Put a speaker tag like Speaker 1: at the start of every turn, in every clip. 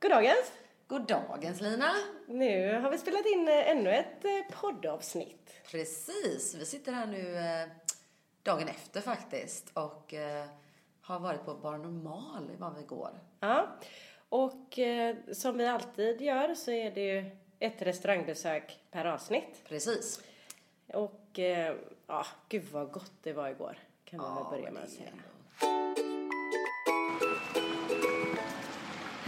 Speaker 1: Goddagens!
Speaker 2: God dagens Lina!
Speaker 1: Nu har vi spelat in eh, ännu ett eh, poddavsnitt.
Speaker 2: Precis, vi sitter här nu eh, dagen efter faktiskt och eh, har varit på Bar Normal var vi går.
Speaker 1: Ja. Och eh, som vi alltid gör så är det ju ett restaurangbesök per avsnitt.
Speaker 2: Precis.
Speaker 1: Och eh, ja, gud vad gott det var igår. Kan man väl börja
Speaker 2: men
Speaker 1: med att
Speaker 2: det är
Speaker 1: säga.
Speaker 2: ändå-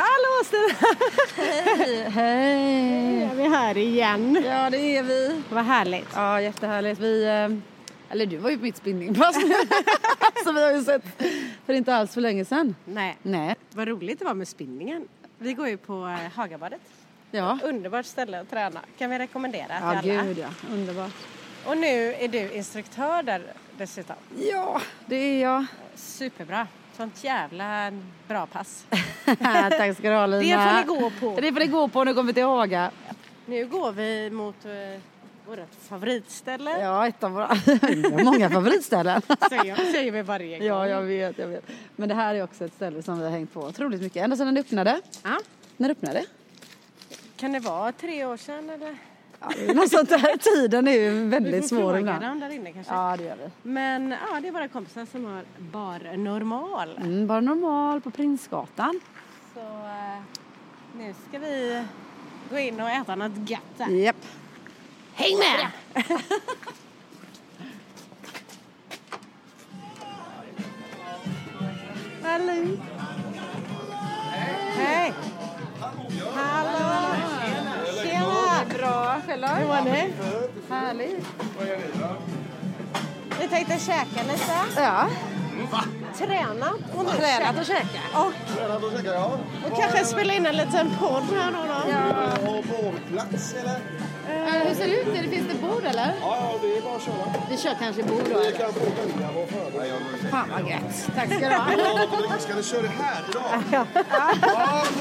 Speaker 1: Hallå Stina!
Speaker 3: Hej!
Speaker 1: Nu är vi här igen.
Speaker 3: Ja, det är vi.
Speaker 1: Vad härligt.
Speaker 3: Ja, jättehärligt. Vi, eh, eller du var ju på mitt spinningpass som vi har ju sett för inte alls för länge sedan.
Speaker 1: Nej,
Speaker 3: Nej.
Speaker 1: vad roligt det var med spinningen. Vi går ju på eh, Hagabadet.
Speaker 3: Ja.
Speaker 1: Underbart ställe att träna. Kan vi rekommendera till
Speaker 3: Ja,
Speaker 1: alla.
Speaker 3: gud ja. Underbart.
Speaker 1: Och nu är du instruktör där dessutom.
Speaker 3: Ja, det är jag.
Speaker 1: Superbra. Sånt jävla bra pass.
Speaker 3: Tack ska du ha, Lina.
Speaker 1: Det får ni gå på.
Speaker 3: Det får ni gå på när ni kommer till Haga.
Speaker 1: Nu går vi mot eh, vårt favoritställe.
Speaker 3: Ja, ett av våra... Vi har många favoritställen.
Speaker 1: Säger, säger vi varje gång.
Speaker 3: Ja, jag vet, jag vet. Men det här är också ett ställe som vi har hängt på otroligt mycket. Ända sedan det öppnade.
Speaker 1: Ja.
Speaker 3: När det öppnade?
Speaker 1: Kan det vara tre år sedan eller?
Speaker 3: Ja, det är något sånt där. Tiden är ju
Speaker 1: Vi
Speaker 3: väldigt
Speaker 1: får
Speaker 3: svår
Speaker 1: fråga
Speaker 3: ibland.
Speaker 1: dem där inne kanske.
Speaker 3: Ja, det gör vi.
Speaker 1: Men ja, det är våra kompisar som har Bar Normal.
Speaker 3: Mm, bara normal på Prinsgatan.
Speaker 1: Så eh, nu ska vi gå in och äta något gött där.
Speaker 3: Japp.
Speaker 1: Häng med! Hallå! Hej! Hallå! Tjena!
Speaker 3: Bra, själv
Speaker 1: Hur mår ni?
Speaker 3: Härligt.
Speaker 1: Vi tänkte käka lite.
Speaker 3: Ja.
Speaker 1: Träna och nu
Speaker 3: Tränat och
Speaker 1: käka.
Speaker 3: käka.
Speaker 1: Och,
Speaker 4: Tjena, då käkar jag.
Speaker 1: och kanske spela in en liten podd här då. då.
Speaker 4: Har vårdplats eller?
Speaker 3: hur ser det ut? Är det- Finns det bord eller?
Speaker 4: Ja, ja, det är bara att köra.
Speaker 3: Vi kör kanske bord då.
Speaker 4: Vi kan få välja vad föredrar.
Speaker 3: Fan vad gött. Tack ska du ha.
Speaker 4: Ja, Ska ni köra det här idag? Ja,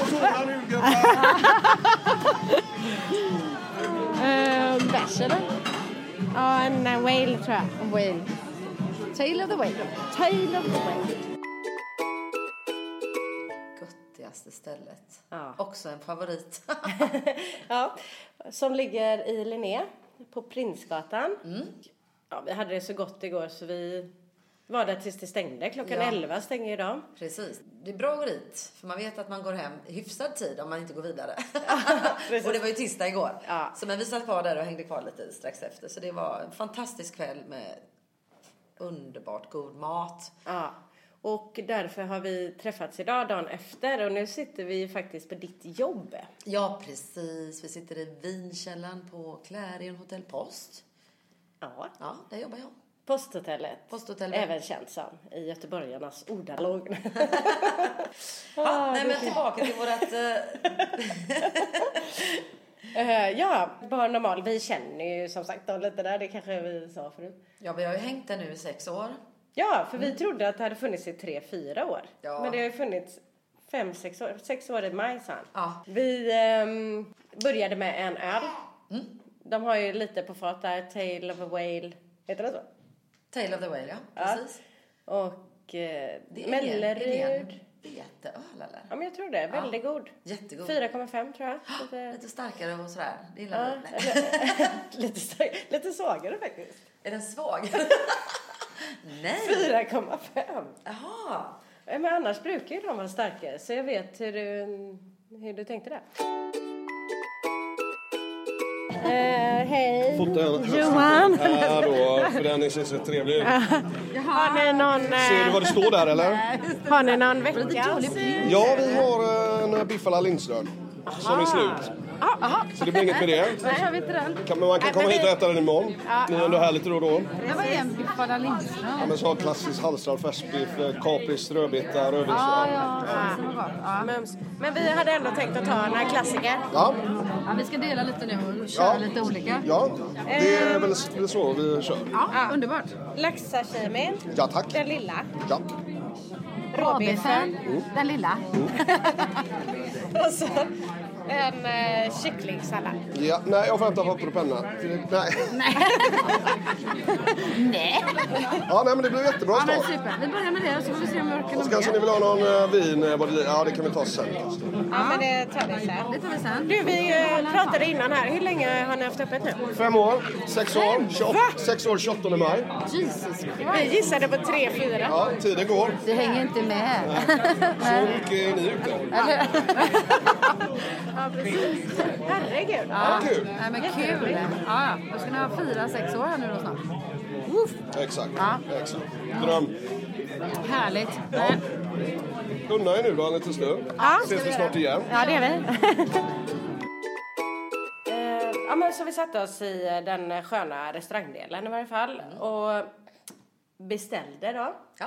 Speaker 4: på tårna nu gubbar.
Speaker 3: Ehm, Bärs eller?
Speaker 1: Ja, en eh, whale tror jag.
Speaker 3: Whale. Tail of the whale. Tail of the whale.
Speaker 2: Göttigaste stället.
Speaker 1: Ja.
Speaker 2: Också en favorit.
Speaker 1: ja, som ligger i Linné på Prinsgatan. Ja, vi hade det så gott igår så vi var där tills det stängde. Klockan
Speaker 2: Ja.
Speaker 1: 11 stänger ju de.
Speaker 2: Precis. Det är bra att gå dit, för man vet att man går hem i hyfsad tid om man inte går vidare.
Speaker 1: precis.
Speaker 2: och det var ju tisdag igår.
Speaker 1: Ja.
Speaker 2: Så men vi satt kvar där och hängde kvar lite strax efter. Så det var en fantastisk kväll med underbart god mat.
Speaker 1: Ja. Och därför har vi träffats idag dagen efter och nu sitter vi faktiskt på ditt jobb.
Speaker 2: Ja, precis. Vi sitter i vinkällaren på Clarion Hotel Post.
Speaker 1: Ja.
Speaker 2: Ja, där jobbar jag.
Speaker 1: Posthotellet.
Speaker 2: Posthotellet.
Speaker 1: Även känt som i göteborgarnas ordalag. Ah,
Speaker 2: ja, nej, men tillbaka till vårat... Eh,
Speaker 1: Eh, ja, Bar Normal. Vi känner ju som sagt dem lite där. Det kanske vi sa förut.
Speaker 2: ja, vi har ju hängt där nu i sex år.
Speaker 1: Ja, för vi trodde att det hade funnits i tre, fyra år.
Speaker 2: Mm. Ja.
Speaker 1: Men det har ju funnits fem, sex år. Sex år i maj, sa han.
Speaker 2: Ja.
Speaker 1: Vi ehm, började med en öl.
Speaker 2: Mm.
Speaker 1: De har ju lite på fat där. Tale of a Whale. Heter det så?
Speaker 2: Tale of the Whale, ja. Precis.
Speaker 1: Och eh,
Speaker 2: Det är
Speaker 1: Mellerud.
Speaker 2: Mellerud. Veteöl, eller?
Speaker 1: Ja, men jag tror det. Väldigt god.
Speaker 2: Jättegod.
Speaker 1: 4,5 tror jag. Lite,
Speaker 2: Lite starkare och sådär. Det gillar vi. Nej.
Speaker 1: lite, stark- lite svagare faktiskt.
Speaker 2: Är den svag? Nej!
Speaker 1: 4,5.
Speaker 2: Jaha!
Speaker 1: Eh, Men annars brukar ju de vara starkare, så jag vet hur du, hur du tänkte där. Eh, hej!
Speaker 4: Fota en-
Speaker 1: Johan.
Speaker 4: Här då, för den ser så trevlig ut.
Speaker 1: Har ni någon,
Speaker 4: Ser du vad
Speaker 1: eh,
Speaker 4: det står där eller?
Speaker 1: har ni någon veckans?
Speaker 4: Ja, vi har en biffala Lindström som är slut. Så det blir inget med det.
Speaker 3: Nej, jag vet inte den.
Speaker 4: Kan, men man kan komma hit och äta den imorgon. Ni är ändå här lite då och då.
Speaker 3: Det var en biffad av
Speaker 4: Ja, men så har klassisk halvstrand, färskbiff, eh, kapris, rödbeta, rödvinsröra.
Speaker 3: Ja, ja. Det var gott. Ja.
Speaker 1: Mums. Men vi hade ändå tänkt att ta några klassiker.
Speaker 4: Ja,
Speaker 3: ja, vi ska dela lite nu och köra
Speaker 4: Ja.
Speaker 3: lite olika.
Speaker 4: ja, det
Speaker 3: Eh.
Speaker 4: är väl s- så vi kör.
Speaker 3: Ja, underbart.
Speaker 1: Laxsashimi,
Speaker 4: Ja, tack.
Speaker 1: den lilla.
Speaker 4: Ja.
Speaker 3: Råbiffen. Den lilla.
Speaker 1: Och så en eh, kycklingsallad.
Speaker 4: Ja, nej, jag får hämta papper och penna. Nej.
Speaker 3: Nej.
Speaker 4: Ja, nej, men det blev jättebra
Speaker 3: Ja, men
Speaker 4: start.
Speaker 3: super. Vi börjar med det och så får vi se om vi orkar
Speaker 4: Och så
Speaker 3: något
Speaker 4: kanske ni
Speaker 3: mer.
Speaker 4: vill ha någon eh, vin? eh, vad det- Ja, det kan vi ta sen. kanske.
Speaker 1: Ja, men det tar vi sen.
Speaker 3: Det tar vi sen.
Speaker 1: Du, vi eh, pratade innan här. Hur länge har ni haft öppet nu?
Speaker 4: Fem år, sex år, 28, sex år 28 maj.
Speaker 3: Jesus
Speaker 1: Vi
Speaker 3: Christ.
Speaker 1: gissade på tre, fyra.
Speaker 4: Ja, tiden går.
Speaker 3: Det hänger inte med.
Speaker 4: Så mycket är ni ute.
Speaker 1: Ja, precis. Herregud.
Speaker 4: Ja, kul.
Speaker 3: Nej men kul. Ja, ja. Då ska ni ha fyra, sex år här nu då snart. Uff,
Speaker 4: Exakt.
Speaker 3: Ja.
Speaker 4: Exakt. Dröm.
Speaker 3: härligt. Nej.
Speaker 4: Unna er nu då, en liten stund.
Speaker 1: Ja.
Speaker 4: Ses vi snart igen.
Speaker 3: Ja, det är vi.
Speaker 1: Eh, ja, men så vi satte oss i eh, den sköna restaurangdelen i varje fall och beställde då
Speaker 2: Ja.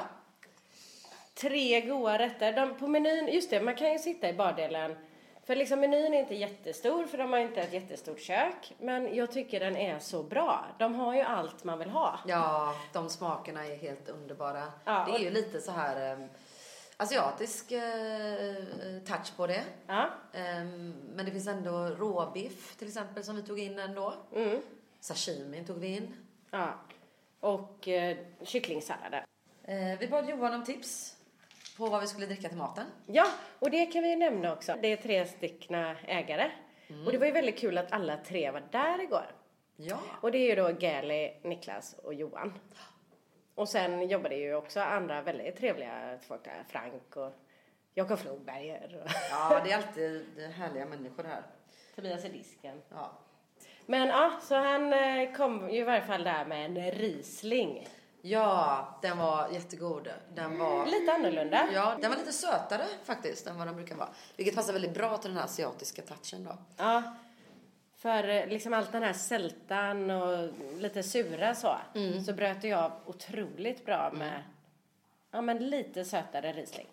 Speaker 1: tre goda rätter. De, på menyn, just det, man kan ju sitta i bardelen. För liksom menyn är inte jättestor för de har inte ett jättestort kök. Men jag tycker den är så bra. De har ju allt man vill ha.
Speaker 2: Ja, de smakerna är helt underbara.
Speaker 1: Ja,
Speaker 2: det
Speaker 1: och-
Speaker 2: är ju lite så här eh, asiatisk eh, touch på det.
Speaker 1: Ja.
Speaker 2: Eh, Men det finns ändå råbiff till exempel som vi tog in ändå. Sashimi tog vi in.
Speaker 1: ja. Och eh, kycklingsalladen.
Speaker 2: Eh, Vi bad Johan om tips på vad vi skulle dricka till maten.
Speaker 1: Ja, och det kan vi ju nämna också. Det är tre styckna ägare. Och det var ju väldigt kul att alla tre var där igår.
Speaker 2: Ja,
Speaker 1: Och det är ju då Gali, Niklas och Johan. Och sen jobbar det ju också andra väldigt trevliga folk där. Frank och Jakob Flodberger och
Speaker 2: ja det är alltid härliga människor här.
Speaker 1: Tobias i disken.
Speaker 2: Ja.
Speaker 1: Men ja, så han eh, kom ju i varje fall där med en Riesling.
Speaker 2: ja, den var jättegod. Den var
Speaker 1: Lite annorlunda.
Speaker 2: Ja, den var lite sötare faktiskt än vad den brukar vara. Vilket passar väldigt bra till den här asiatiska touchen då.
Speaker 1: Ja. För eh, liksom allt den här sältan och lite sura så.
Speaker 2: Mm.
Speaker 1: Så bröt jag av otroligt bra med ja, men lite sötare Riesling.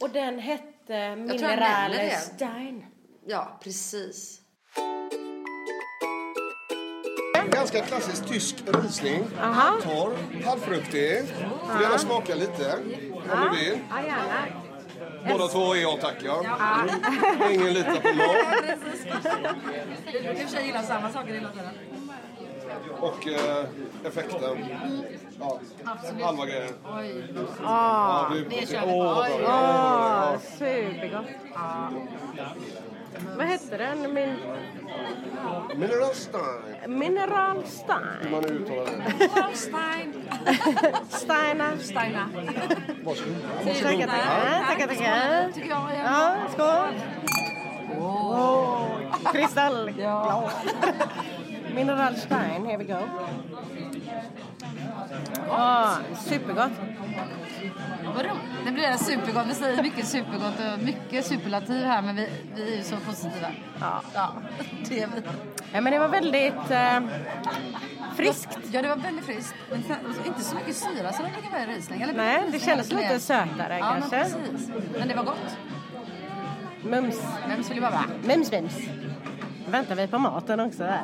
Speaker 1: Och den hette
Speaker 2: tror Mm. jag nämner det.
Speaker 1: Mineralstein.
Speaker 2: Ja, precis.
Speaker 4: Ganska klassisk tysk risling. Torr, halvfruktig. Får gärna smaka lite om du vill.
Speaker 3: Ja, gärna.
Speaker 4: Båda två är ja tack ja. Mm. Ingen litar på någon.
Speaker 2: Du kanske gillar samma saker hela tiden?
Speaker 4: Och eh, effekten. Ja. Halva grejen.
Speaker 3: Oj. Ah.
Speaker 4: Ja, det blir- Åh, vad bra.
Speaker 1: Åh, supergott. Vad hette den? Min
Speaker 4: Mineralstein.
Speaker 1: Mineralstein?
Speaker 4: Man uttalar det.
Speaker 3: Stein.
Speaker 1: Steina?
Speaker 3: Steina.
Speaker 4: Varsågod.
Speaker 1: Tackar, tackar. Tackar, tackar.
Speaker 3: Tycker jag är...
Speaker 1: Ja, skål. Åh, Kristallglas. Mineralstein, here we go. Åh, supergott.
Speaker 3: Vad roligt. Det blir supergott. Vi säger mycket supergott och mycket superlativ här men vi, vi är ju så positiva.
Speaker 1: Ja.
Speaker 3: Ja, det är vi.
Speaker 1: Nej, men det var väldigt eh, friskt.
Speaker 3: Ja, det var väldigt friskt. Men sen- och så- inte så mycket syra som det brukar vara i Riesling. Eller
Speaker 1: Nej, det
Speaker 3: Riesling
Speaker 1: kändes
Speaker 3: eller
Speaker 1: lite sötare
Speaker 3: Ja, men
Speaker 1: kanske.
Speaker 3: precis. Men det var gott.
Speaker 1: Mums.
Speaker 3: Vem skulle vara va?
Speaker 1: Mums, mums. Väntar vi på maten också? Där.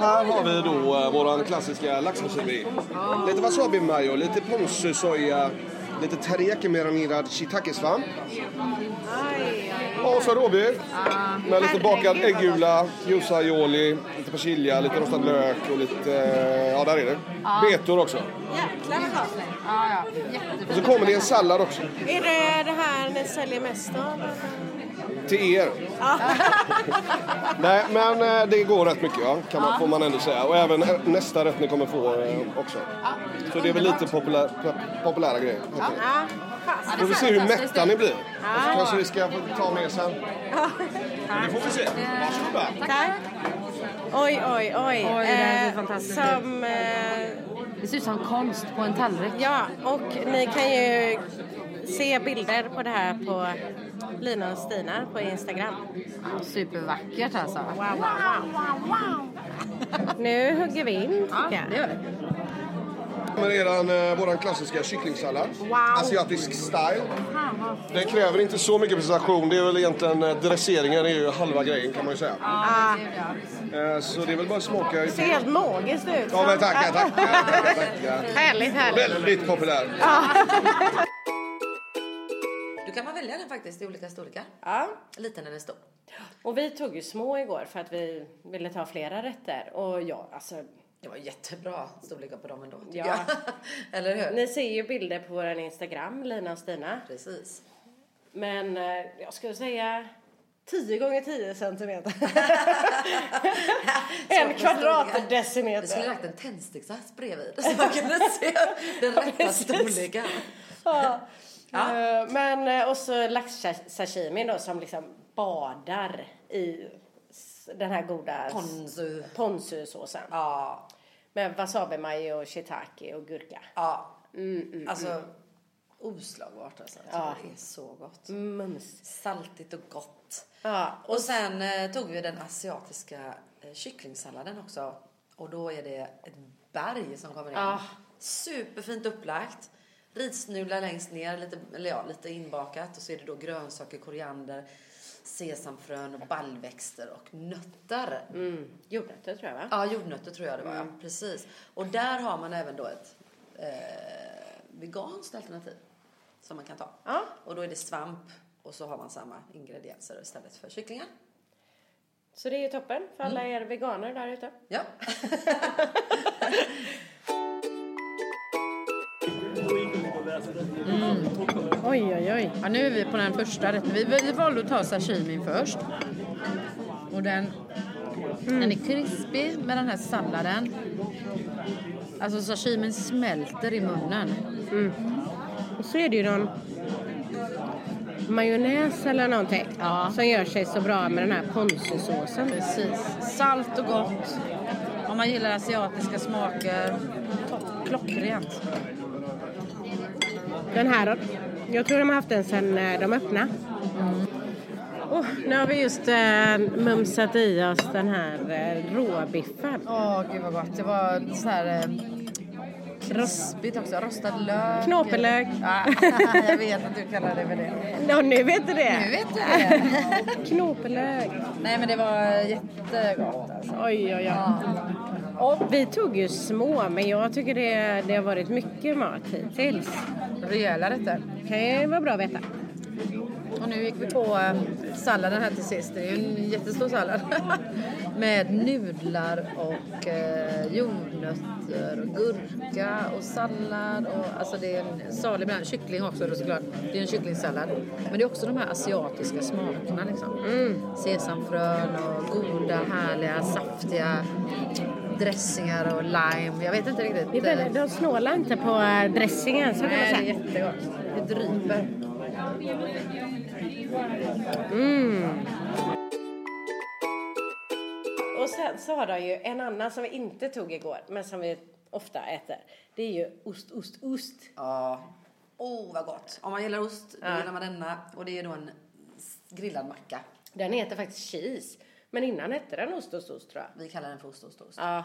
Speaker 4: Här har vi då eh, våran klassiska laxmusibi. Lite wasabi mayo, lite ponzu soja, lite teriyaki marinerad shiitake-svamp. Och så råbiff med lite bakad äggula, juice aioli, lite persilja, lite rostad lök och lite, eh, ja där är det. Betor också.
Speaker 1: Jäklar vad gott.
Speaker 3: Ja, ja.
Speaker 4: Och
Speaker 3: Jättefint.
Speaker 4: så kommer det en sallad också.
Speaker 1: Är det det här ni säljer mest av?
Speaker 4: Till er. Nej, men eh, det går rätt mycket, ja. kan man, får man ändå säga. Och även eh, nästa rätt ni kommer få eh, också. Så det är väl lite populär, pop- populära grejer. helt enkelt.
Speaker 1: Ja, Alltså, fast.
Speaker 3: Ja, det
Speaker 4: Får vi se hur
Speaker 3: fantastiskt
Speaker 4: mätta
Speaker 3: ut.
Speaker 4: ni blir. Och så kanske vi ska få ta med sen. Men det får vi se. Varsågoda.
Speaker 1: Tack. Oj, oj, oj.
Speaker 3: Oj, det här ser
Speaker 1: Eh,
Speaker 3: fantastiskt ut.
Speaker 1: som, eh,
Speaker 3: Det ser ut som konst på en tallrik.
Speaker 1: Ja, och ni kan ju se bilder på det här på Lina och Stina på Instagram.
Speaker 3: Supervackert alltså.
Speaker 1: Nu hugger vi in, tycker jag.
Speaker 3: gör vi.
Speaker 4: Kommer eran, eh, våran klassiska kycklingsallad.
Speaker 1: Wow.
Speaker 4: Asiatisk style. Den kräver inte så mycket presentation. Det är väl egentligen eh, dresseringen är ju halva grejen kan man ju säga.
Speaker 1: Ja,
Speaker 4: Eh, Så det är väl bara att smaka.
Speaker 1: det ser helt magiskt ut.
Speaker 4: Ja men tackar, tackar. tackar.
Speaker 1: Härligt, härligt.
Speaker 4: Väldigt populär.
Speaker 2: kan man välja den faktiskt i olika storlekar.
Speaker 1: Ja.
Speaker 2: Liten eller stor.
Speaker 1: Och vi tog ju små igår för att vi ville ta flera rätter. Och ja, alltså,
Speaker 2: Det var jättebra storlekar på dem ändå, tycker
Speaker 1: Ja.
Speaker 2: jag. eller hur?
Speaker 1: ni ser ju bilder på vår Instagram, Lina och Stina.
Speaker 2: Precis.
Speaker 1: Men eh, jag skulle säga 10 gånger 10 centimeter. en
Speaker 2: Så pass Vi skulle
Speaker 1: kvadratdecimeter.
Speaker 2: lagt en tändsticksask bredvid så man kunde se den rätta
Speaker 1: Precis.
Speaker 2: storleken.
Speaker 1: Ja.
Speaker 2: Ja.
Speaker 1: Eh, Men eh, och så laxsashimi då som liksom badar i s- den här goda s-
Speaker 2: Ponzu.
Speaker 1: ponzusåsen.
Speaker 2: Ja,
Speaker 1: Med wasabi mayo, shiitake och gurka.
Speaker 2: ja.
Speaker 1: Mm,
Speaker 2: alltså oslagbart alltså. Jag tycker Det är så gott.
Speaker 1: Mums.
Speaker 2: Saltigt och gott.
Speaker 1: Ja,
Speaker 2: Och sen eh, tog vi den asiatiska eh, kycklingsalladen också. Och då är det ett berg som kommer in.
Speaker 1: Ah.
Speaker 2: Superfint upplagt. Ritsnudlar längst ner, lite, eller ja, lite inbakat. Och så är det då grönsaker, koriander, sesamfrön, och baljväxter och nötter.
Speaker 1: mm, jordnötter tror jag va?
Speaker 2: Ja, jordnötter tror jag det var. Ja, precis. Och där har man även då ett eh, veganskt alternativ som man kan ta.
Speaker 1: Ja.
Speaker 2: Och då är det svamp och så har man samma ingredienser istället för kycklingar.
Speaker 1: Så det är ju toppen för
Speaker 2: Mm.
Speaker 1: alla er veganer där ute.
Speaker 2: Ja.
Speaker 3: Oj, oj, oj. Ja, nu är vi på den första rätten. Vi, vi valde att ta sashimin först. Och den, den är krispig med den här salladen. Alltså sashimin smälter i munnen.
Speaker 1: Och så är det ju någon majonnäs eller någonting
Speaker 3: Ja.
Speaker 1: som gör sig så bra med den här ponzusåsen.
Speaker 3: Precis. Salt och gott. Om man gillar asiatiska smaker. Topp. Klockrent.
Speaker 1: Den här, jag tror de har haft den sedan eh, de öppnade.
Speaker 3: Mm.
Speaker 1: Oh, nu har vi just eh, mumsat i oss den här eh, råbiffen.
Speaker 3: Åh, gud vad gott. Det var så här... eh, Krispigt också. Rostad lök.
Speaker 1: Knåpelök.
Speaker 3: Ja, jag vet att du kallar det för det.
Speaker 1: Ja, nu vet du
Speaker 3: Nu
Speaker 1: det!
Speaker 3: vet du det.
Speaker 1: Knåpelök.
Speaker 3: Nej men det var jättegott alltså.
Speaker 1: Oj, oj, oj.
Speaker 3: Ja.
Speaker 1: Och vi tog ju små, men jag tycker det, det har varit mycket mat hittills.
Speaker 3: Rejäla rätter.
Speaker 1: Det kan vara bra att veta.
Speaker 3: Och nu gick vi på eh, salladen här till sist. Det är ju en jättestor sallad. Med nudlar och eh, jordnötter och gurka och sallad. Och, alltså det är en salig bland kyckling också då såklart. Det är en kycklingsallad. Men det är också de här asiatiska smakerna liksom.
Speaker 1: Mm.
Speaker 3: Sesamfrön och goda, härliga, saftiga dressingar och lime. Jag vet inte riktigt.
Speaker 1: Det är väldigt- De snålar inte på eh, dressingen, så kan man
Speaker 3: Nej, det
Speaker 1: säga.
Speaker 3: är jättegott. Det dryper.
Speaker 1: Och sen så har de ju en annan som vi inte tog igår, men som vi ofta äter. Det är ju ost, ost, ost.
Speaker 2: Ja. Oh, vad gott. Om man gillar ost, då gillar man denna. Och det är då en s- grillad macka.
Speaker 1: Den heter faktiskt cheese. Men innan hette den ost, ost, ost tror jag.
Speaker 2: Vi kallar den för ost, ost, ost.
Speaker 1: Ja.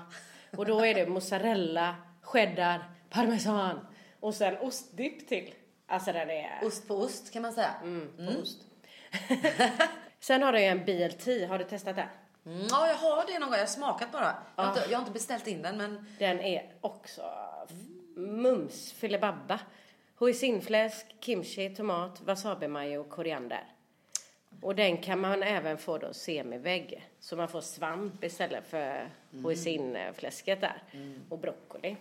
Speaker 1: Och då är det mozzarella, cheddar, parmesan och sen ostdipp till. Alltså den är...
Speaker 2: Ost på ost kan man säga. Mm.
Speaker 1: Ost. sen har du ju en BLT. Har du testat den?
Speaker 2: Mm, Ja, jag har det någon gång. Jag har smakat bara. Jag, har inte, jag har inte beställt in den, men
Speaker 1: Den är också f- mums filibabba. Hoisinfläsk, kimchi, tomat, wasabi-majo och koriander. Och den kan man även få då semivägg. Så man får svamp istället för
Speaker 2: Mm.
Speaker 1: hoisinfläsket där. Och broccoli.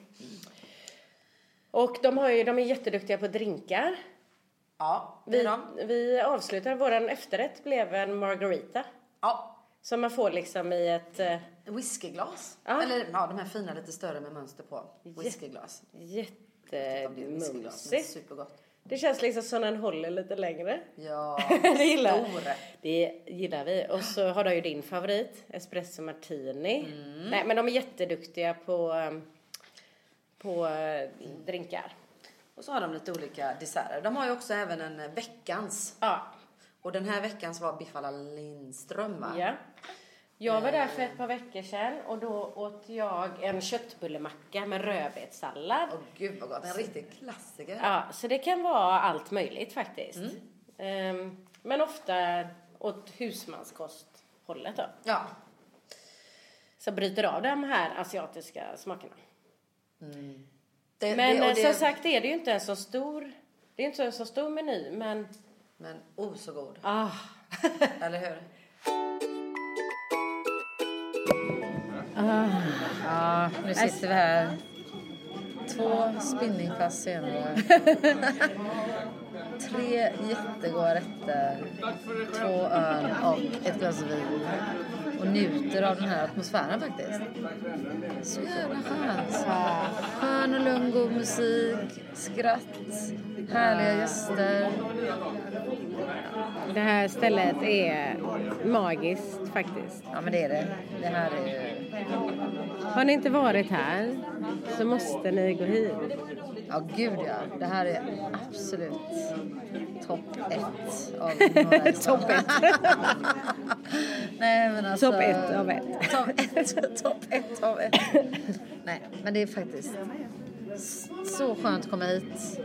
Speaker 1: Och de, har ju, de är jätteduktiga på drinkar.
Speaker 2: ja, det är
Speaker 1: Vi,
Speaker 2: de.
Speaker 1: vi avslutar, våran efterrätt blev en margarita.
Speaker 2: Ja.
Speaker 1: Som man får liksom i ett eh,
Speaker 2: Whiskyglas.
Speaker 1: Ja.
Speaker 2: Eller ja, de här fina lite större med mönster på. Whiskyglas. Om det är whiskyglas, men
Speaker 1: jättemumsigt.
Speaker 2: Supergott.
Speaker 1: Det känns liksom som den håller lite längre.
Speaker 2: Ja,
Speaker 1: Det gillar,
Speaker 2: stor.
Speaker 1: det gillar vi. Och så har du ju din favorit, espresso martini. Nej, men de är jätteduktiga på, um, på eh, drinkar.
Speaker 2: Och så har de lite olika desserter. De har ju också även en eh, veckans.
Speaker 1: Ja.
Speaker 2: Och den här veckans var Biffala Lindström, va?
Speaker 1: ja. Jag var där för ett par veckor sedan och då åt jag en köttbullemacka med rödbetssallad.
Speaker 2: Åh gud vad gott, en riktig klassiker.
Speaker 1: Ja, så det kan vara allt möjligt faktiskt. Ehm, men ofta åt husmanskosthållet då.
Speaker 2: Ja.
Speaker 1: Så bryter av de här asiatiska smakerna.
Speaker 2: Det,
Speaker 1: Men
Speaker 2: det, och
Speaker 1: eh,
Speaker 2: det,
Speaker 1: som sagt är det ju inte en så stor, det är inte en så stor meny men
Speaker 2: Men oh så god.
Speaker 1: Ah.
Speaker 2: Eller hur?
Speaker 3: Ja, nu sitter vi här. Två spinningpass senare. Tre jättegoda rätter. Två öl och ett glas vin. Och njuter av den här atmosfären faktiskt. Så jävla skönt. Skön och lugn, god musik, skratt, härliga gäster.
Speaker 1: Det här stället är magiskt faktiskt.
Speaker 3: Ja men det är det. Det här är
Speaker 1: Har ni inte varit här så måste ni gå hit.
Speaker 3: Ja, gud ja. eh, Det här är absolut topp ett av några
Speaker 1: Topp ett.
Speaker 3: Nej, men alltså,
Speaker 1: Topp ett av ett.
Speaker 3: Topp ett, topp ett av ett. Nej, men det är faktiskt så skönt att komma hit.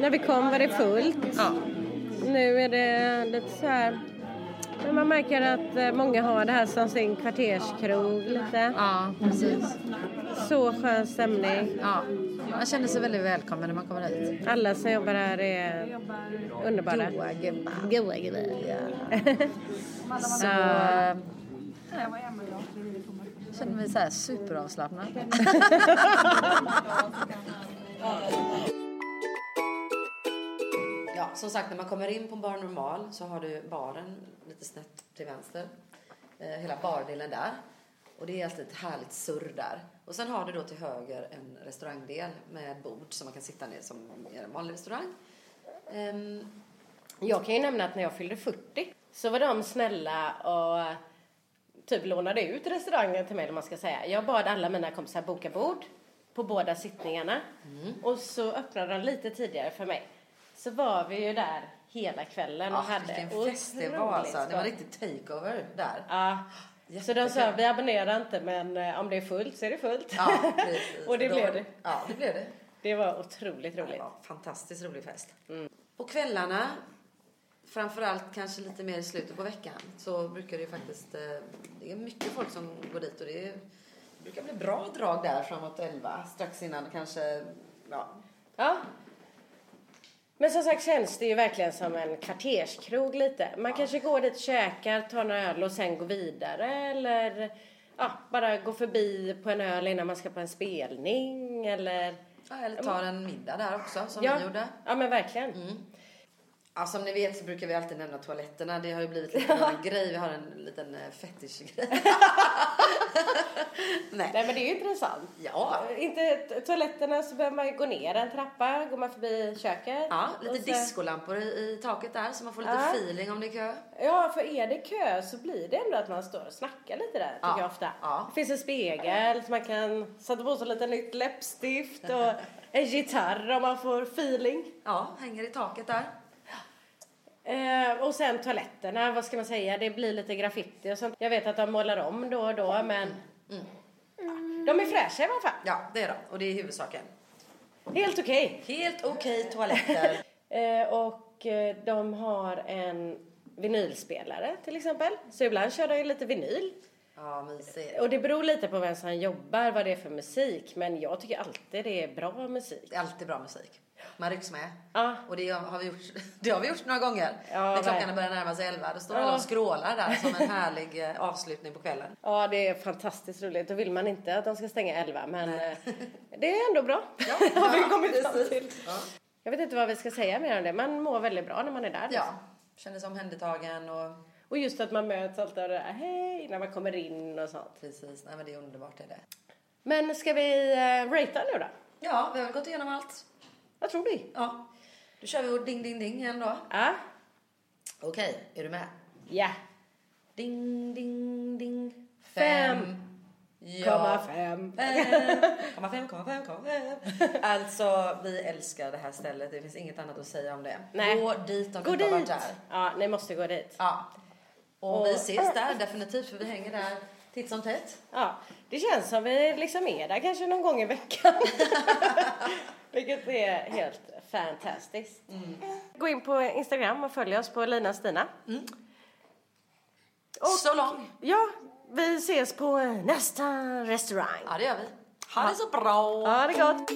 Speaker 1: När vi kom var det fullt.
Speaker 3: Ja,
Speaker 1: Nu är det lite så här... Men man märker att eh, många har det här som sin kvarterskrog lite.
Speaker 3: ja precis.
Speaker 1: Så skön stämning.
Speaker 3: Ja. Man känner sig väldigt välkommen när man kommer hit.
Speaker 1: Alla som jobbar här är underbara.
Speaker 3: Goa gubbar.
Speaker 1: Goa grejer.
Speaker 3: Ja. Så... eh, Känner mig så här superavslappnad.
Speaker 2: Ja, som sagt, när man kommer in på Bar Normal så har du baren lite snett till vänster. Eh, hela bardelen där. Och det är alltid ett härligt surr där. Och sen har du då till höger en restaurangdel med bord som man kan sitta ner som i en vanlig restaurang. Ehm,
Speaker 1: Jag kan ju nämna att när jag fyllde 40 så var de snälla och eh, typ lånade ut restaurangen till mig, eller vad man ska säga. Jag bad alla mina kompisar boka bord på båda sittningarna
Speaker 2: Mm.
Speaker 1: och så öppnade de lite tidigare för mig. Så var vi ju där hela kvällen och
Speaker 2: ah,
Speaker 1: hade
Speaker 2: vilken fest det var
Speaker 1: otroligt
Speaker 2: alltså. Det Ah, var
Speaker 1: skoj.
Speaker 2: riktigt takeover där.
Speaker 1: Ja. Så de sa,
Speaker 2: Jättekul.
Speaker 1: vi abonnerar inte men eh, om det är fullt så är det fullt.
Speaker 2: Ja, precis.
Speaker 1: och det
Speaker 2: Då-
Speaker 1: blev det.
Speaker 2: Ja, det blev det.
Speaker 1: Det Mm. var otroligt roligt.
Speaker 2: Det var en fantastiskt rolig fest. På kvällarna, framförallt kanske lite mer i slutet på veckan, så brukar det ju faktiskt... eh, Det är mycket folk som går dit och det, är, det brukar bli bra drag där framåt 11, strax innan kanske... Ja,
Speaker 1: Ja. Men som sagt känns det ju verkligen som en kvarterskrog lite. Man kanske går dit, käkar, tar en öl och sen går vidare eller ja, bara går förbi på en öl innan man ska på en spelning eller...
Speaker 2: Ja, eller tar en middag där också, som
Speaker 1: Mm. ja.
Speaker 2: vi gjorde. Mm.
Speaker 1: Ja men verkligen.
Speaker 2: Ja, som Alltså, ni vet så brukar vi alltid nämna toaletterna. Det har ju blivit lite av en grej. Vi har en liten eh, fetischgrej. Nej.
Speaker 1: Nej men det är ju intressant.
Speaker 2: Ja.
Speaker 1: Inte t- toaletterna så behöver man ju gå ner en trappa, går man förbi köket.
Speaker 2: Ja,
Speaker 1: och
Speaker 2: lite
Speaker 1: så-
Speaker 2: discolampor i, i taket där så man får lite
Speaker 1: Ja.
Speaker 2: feeling om det är kö.
Speaker 1: Ja, för är det kö så blir det ändå att man står och snackar lite där, tycker
Speaker 2: Ja,
Speaker 1: jag ofta.
Speaker 2: ja.
Speaker 1: Det finns en spegel så man kan sätta på sig lite nytt läppstift och en gitarr om man får feeling.
Speaker 2: Ja, hänger i taket där.
Speaker 1: Eh, och sen toaletterna, vad ska man säga, det blir lite graffiti och sånt. Jag vet att de målar om då och då, men
Speaker 2: Mm.
Speaker 1: de är fräscha i alla fall.
Speaker 2: Ja, det är de. Och det är huvudsaken.
Speaker 1: Helt okej.
Speaker 2: Helt okej toaletter.
Speaker 1: Eh, och eh, de har en vinylspelare till exempel. Så ibland kör de ju lite vinyl.
Speaker 2: ja, mysigt.
Speaker 1: Och det beror lite på vem som jobbar, vad det är för musik. Men jag tycker alltid det är bra musik.
Speaker 2: Det är alltid bra musik. Man rycks med.
Speaker 1: Ja.
Speaker 2: Och det har, vi gjort, det har vi gjort några gånger.
Speaker 1: Ja,
Speaker 2: När klockan
Speaker 1: verkligen.
Speaker 2: börjar närma sig elva, då står
Speaker 1: Ja.
Speaker 2: alla och skrålar där som en härlig eh, avslutning på kvällen.
Speaker 1: Ja, det är fantastiskt roligt. Då vill man inte att de ska stänga 11, men eh, det är ändå bra.
Speaker 2: Ja,
Speaker 1: har vi
Speaker 2: ja,
Speaker 1: kommit fram
Speaker 2: precis.
Speaker 1: till.
Speaker 2: Ja.
Speaker 1: Jag vet inte vad vi ska säga mer om det. Man mår väldigt bra när man är där.
Speaker 2: ja, kändes omhändertagen och
Speaker 1: Och just att man möts alltid av det där hej när man kommer in och sånt.
Speaker 2: precis. Nej, men det är underbart. Det är det.
Speaker 1: Men ska vi eh, ratea nu då?
Speaker 2: Ja, vi har väl gått igenom allt.
Speaker 1: Vad tror du?
Speaker 2: Ja. Då kör vi vår ding, ding, ding igen då.
Speaker 1: Ja.
Speaker 2: Okej, är du med?
Speaker 1: Ja.
Speaker 2: Ding, ding, ding.
Speaker 1: Fem. Komma
Speaker 2: Ja. Eh,
Speaker 1: fem.
Speaker 2: Komma fem, komma fem, komma fem. Alltså, vi älskar det här stället. Det finns inget annat att säga om det.
Speaker 1: Nej.
Speaker 2: Gå dit om
Speaker 1: Gå
Speaker 2: du inte har varit
Speaker 1: dit!
Speaker 2: där.
Speaker 1: Ja, ni måste gå dit.
Speaker 2: Ja. Och,
Speaker 1: Och-
Speaker 2: vi ses där definitivt, för vi hänger där titt som tätt.
Speaker 1: Ja, det känns som vi liksom är där kanske någon gång i veckan. Vilket är helt fantastiskt. Gå in på Instagram och följ oss på Lina Stina. Och-
Speaker 2: Så lång.
Speaker 1: Ja, vi ses på nästa restaurang.
Speaker 2: Ja, det gör vi. Ha det så bra!
Speaker 1: Ha det gott!